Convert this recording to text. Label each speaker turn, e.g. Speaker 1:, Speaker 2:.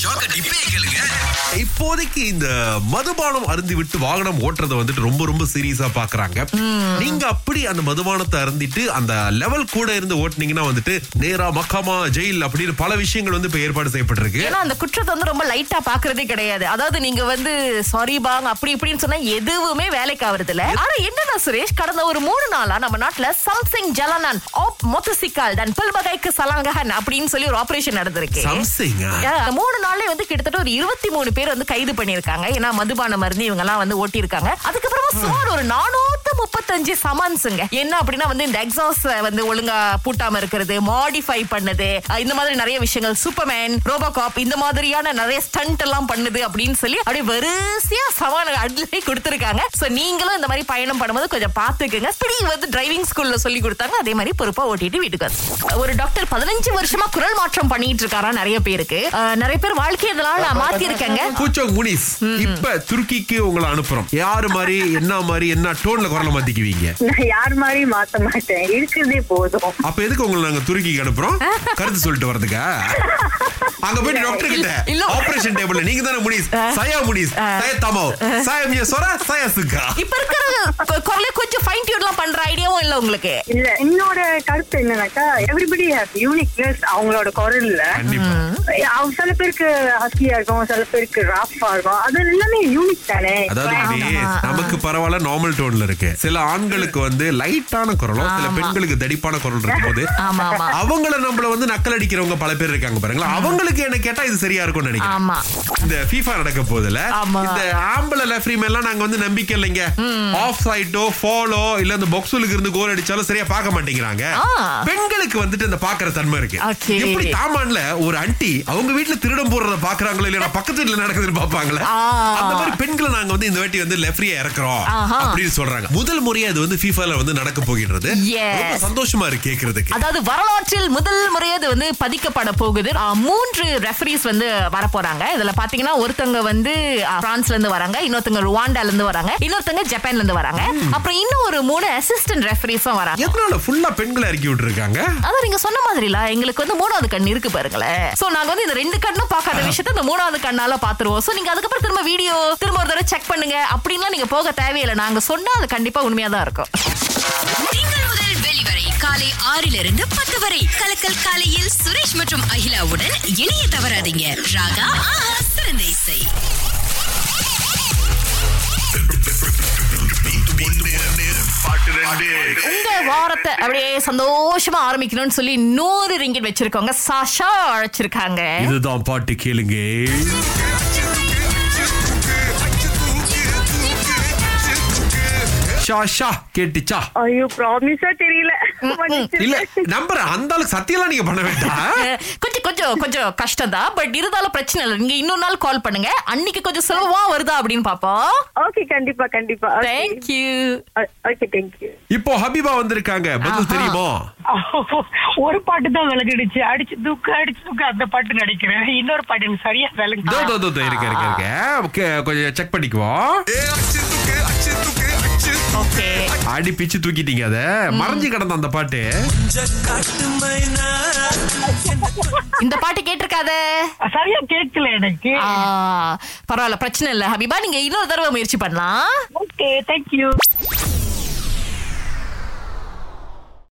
Speaker 1: ஷாக்க டிப்பே கேளுங்க
Speaker 2: இப்போதைக்கு இந்த மதுபானம் அருந்தி விட்டு வாகனம் ஓட்டுறத வந்துட்டு ரொம்ப ரொம்ப சீரியஸா பாக்குறாங்க நீங்க அப்படி அந்த மதுபானத்தை அருந்திட்டு அந்த லெவல் கூட இருந்து ஓட்டுனீங்கன்னா வந்துட்டு நேரா மக்காமா ஜெயில் அப்படின்னு பல விஷயங்கள் வந்து இப்ப ஏற்பாடு செய்யப்பட்டிருக்கு
Speaker 3: ஏன்னா அந்த குற்றத்தை வந்து ரொம்ப லைட்டா பாக்குறதே கிடையாது அதாவது நீங்க வந்து சாரி பாங் அப்படி இப்படின்னு சொன்னா எதுவுமே வேலைக்கு ஆவறது இல்ல ஆனா என்னன்னா சுரேஷ் கடந்த ஒரு மூணு நாளா நம்ம நாட்டுல சம்திங் ஜலனான் ஆப் மொத்தசிக்கால் தன் பல்பகைக்கு சலாங்கஹன் அப்படின்னு சொல்லி ஒரு ஆபரேஷன் நடந்திருக்கு
Speaker 2: சம்சிங்
Speaker 3: அஹ், அந்த மூணு நாள்ல வந்து கிட்டத்தட்ட ஒரு இருபத்தி மூணு பேர் வந்து கைது பண்ணிருக்காங்க ஏன்னா மதுபான மருந்து இவங்க எல்லாம் வந்து ஓட்டி இருக்காங்க அதுக்கப்புறமா சுமார் ஒரு நானூத்து முப்பத்தஞ்சு சமான்ஸுங்க என்ன அப்படின்னா வந்து இந்த எக்ஸாஸ்ட் வந்து ஒழுங்கா பூட்டாம இருக்கிறது மாடிஃபை பண்ணது அஹ், இந்த மாதிரி நிறைய விஷயங்கள் சூப்பர்மேன் ரோபோகாப் இந்த மாதிரியான நிறைய ஸ்டண்ட் எல்லாம் பண்ணுது அப்படின்னு சொல்லி அப்படியே வரிசையா சவான அடிலை கொடுத்திருக்காங்க சோ நீங்களும் இந்த மாதிரி பயணம் பண்ணும்போது கொஞ்சம் பாத்துக்கங்க ஸ்பீடி வந்து டிரைவிங் ஸ்கூல்ல சொல்லி கொடுத்தாங்க அதே மாதிரி பொறுப்பா ஓட்டிட்டு வீட்டுக்கு வந்தாங்க. ஒரு டாக்டர் பதினஞ்சு வருஷமா குரல் மாற்றம் பண்ணிட்டு இருக்காரா நிறைய பேருக்கு அஹ், நிறைய பேர் வாழ்க்கையை இதனால மாத்தி இருக்காங்க
Speaker 2: கூச்சோ முனிஸ் இப்ப துருக்கிக்கு உங்களை அனுப்புறோம் யாரு மாதிரி என்ன மாதிரி என்ன டோன்ல குரலை மாத்திக்குவீங்க
Speaker 4: நான் யார் மாதிரி மாத்த மாட்டேன் இருக்கிறதே போதும்
Speaker 2: அப்ப எதுக்கு உங்களை நாங்க துருக்கிக்கு அனுப்புறோம் கருத்து சொல்லிட்டு வரதுக்கா அங்க போயிட்டு டாக்டர் கிட்ட
Speaker 3: இல்ல, இல்ல.
Speaker 2: ஆபரேஷன் டேபிள்ல நீங்க தானே முனிஸ் சயா முனிஸ் சயா தமோ சயா மிய சொரா சயா சுக்கா
Speaker 3: இப்ப இருக்கிற கொ- குரலே கொஞ்சம் ஃபைன் டியூன்லாம் பண்ற ஐடியாவும் இல்ல உங்களுக்கு
Speaker 4: இல்ல என்னோட கருத்து என்னன்னாக்கா எவ்ரிபடி ஹேவ் யூனிக்னஸ் அவங்களோட குரல்ல
Speaker 2: கண்டிப்பா
Speaker 4: அவங்க சில பேருக்கு ஹஸ்லியா இருக்கும் சில பேருக்கு ராஃபா இருக்கும் அது எல்லாமே யூனிக் தானே
Speaker 2: அதாவது இப்படி நமக்கு பரவாயில்ல நார்மல் டோன்ல இருக்கு சில ஆண்களுக்கு வந்து லைட்டான குரலும் சில பெண்களுக்கு தடிப்பான குரல் இருக்கும்போது
Speaker 3: ஆமா ஆமா
Speaker 2: அவங்கள நம்மள வந்து நக்கல் அடிக்கிறவங்க பல பேர் இருக்காங்க பாருங்களா அவங்களுக்கு என்ன கேட்டா இது சரியா இருக்கும்னு நினைக்கிறேன்
Speaker 3: ஆமா
Speaker 2: இந்த FIFA நடக்க போதுல
Speaker 3: ஆமா.
Speaker 2: இந்த ஆம்பளை ரெஃபரி எல்லாம் நாங்க வந்து நம்பிக்கை இல்லைங்க ஆஃப் சைட்டோ ஃபாலோ இல்ல இந்த பொக்ஸுலுக்கு இருந்து கோல் அடிச்சாலும் சரியா பார்க்க மாட்டேங்கிறாங்க
Speaker 3: ஆ.
Speaker 2: பெண்களுக்கு வந்துட்டு இந்த பாக்குற தன்மை இருக்கு
Speaker 3: Okay.
Speaker 2: எப்படி தாமான்ல ஒரு அண்டி அவங்க வீட்ல திருடம் போடுறத பாக்குறாங்களோ இல்லையா பக்கத்து வீட்ல நடக்குதுன்னு பாப்பாங்களா
Speaker 3: ஆ.
Speaker 2: அந்த மாதிரி பெண்களை நாங்க வந்து இந்த வாட்டி வந்து லெஃப்ரியா இறக்குறோம்
Speaker 3: ஆஹா.
Speaker 2: அப்படின்னு சொல்றாங்க முதல் முறையா இது வந்து FIFAல வந்து நடக்க போகின்றது
Speaker 3: Yes.
Speaker 2: ரொம்ப சந்தோஷமா இருக்கு கேக்குறதுக்கு
Speaker 3: அதாவது வரலாற்றில் முதல் முறையாக இது வந்து பதிக்கப்பட போகுது ஆ, மூன்று ரெஃபரிஸ் வந்து வரப்போறாங்க இதுல பாத்தீங்கன்னா ஒருத்தவங்க வந்து ஆ, பிரான்ஸ்ல இருந்து வராங்க இன்னொருத்தங்க ருவாண்டால இருந்து வராங்க இன்னொருத்தங்க ஜப்பான்ல இருந்து வராங்க அப்புறம் இன்னும் ஒரு மூணு அசிஸ்டன்ட் ரெஃபரிஸும் வராங்க
Speaker 2: எதனால ஃபுல்லா பெண்களை இறக்கி விட்டுருக்காங்க
Speaker 3: அதான் நீங்க சொன்ன மாதிரில எங்களுக்கு வந்து மூணாவது கண் இருக்கு பாருங்களேன் சோ நாங்க வந்து இந்த ரெண்டு கண்ணும் பார்க்காத விஷயத்த இந்த மூணாவது கண்ணால பாத்துருவோம் சோ நீங்க அதுக்கப்புறம் திரும்ப வீடியோ திரும்ப ஒரு தடவை செக் பண்ணுங்க அப்படின்லாம் நீங்க போக தேவையில்லை நாங்க சொன்னா அது கண்டிப்பா உண்மையா தான் இருக்கும்
Speaker 5: திங்கள் முதல் வெளிவரை காலை ஆறிலிருந்து பத்து வரை கலக்கல் காலையில் சுரேஷ் மற்றும் அகிலாவுடன் இணைய தவறாதீங்க ராகா ஆஹா சிறந்த இசை
Speaker 3: உங்க வாரத்தை அப்படியே சந்தோஷமா ஆரம்பிக்கணும்னு சொல்லி நூறு ரிங்கிட் வச்சிருக்கோங்க சாஷா அழைச்சிருக்காங்க
Speaker 2: இதுதான் பாட்டு கேளுங்க ஷா ஷா கேட்டுச்சா
Speaker 4: ஐயோ ப்ராமிஸா தெரியல
Speaker 2: இல்ல நம்பர் அந்த அளவுக்கு சத்தியெல்லாம் நீங்க பண்ண வேண்டாம்
Speaker 3: அஹ், கொஞ்சம் கொஞ்சம் கொஞ்சம் கஷ்டம் தான் பட் இருந்தாலும் பிரச்சனை இல்லை நீங்க இன்னொரு நாள் கால் பண்ணுங்க அன்னைக்கு கொஞ்சம் சுலபமா வருதா அப்படின்னு பாப்போம்
Speaker 4: ஓகே கண்டிப்பா கண்டிப்பா
Speaker 3: தேங்க்யூ
Speaker 4: ஓகே தேங்க்யூ
Speaker 2: இப்போ ஹபீபா வந்திருக்காங்க பதில்
Speaker 3: ஆஹா.
Speaker 2: தெரியுமா
Speaker 6: ஒரு பாட்டு தான் விளங்கிடுச்சு அடிச்சு துக்கு அடிச்சு துக்கு அந்த பாட்டு நடிக்கிறேன் இன்னொரு பாட்டு எனக்கு சரியா விளங்க
Speaker 2: தோ தோ தோ தோ இருக்க இருக்க இருக்க ஓகே, கொஞ்சம் செக் பண்ணிக்குவோம்
Speaker 3: ஓகே
Speaker 2: அடி பிச்சு தூக்கிட்டீங்க அத மறைஞ்சு கிடந்த அந்த பாட்டு
Speaker 3: இந்த பாட்டு கேட்டிருக்காத
Speaker 6: சரியா கேட்கல எனக்கு
Speaker 3: ஆ, பரவாயில்ல பிரச்சனை இல்ல ஹபிபா நீங்க இன்னொரு தடவை முயற்சி பண்ணலாம்
Speaker 6: ஓகே தேங்க்யூ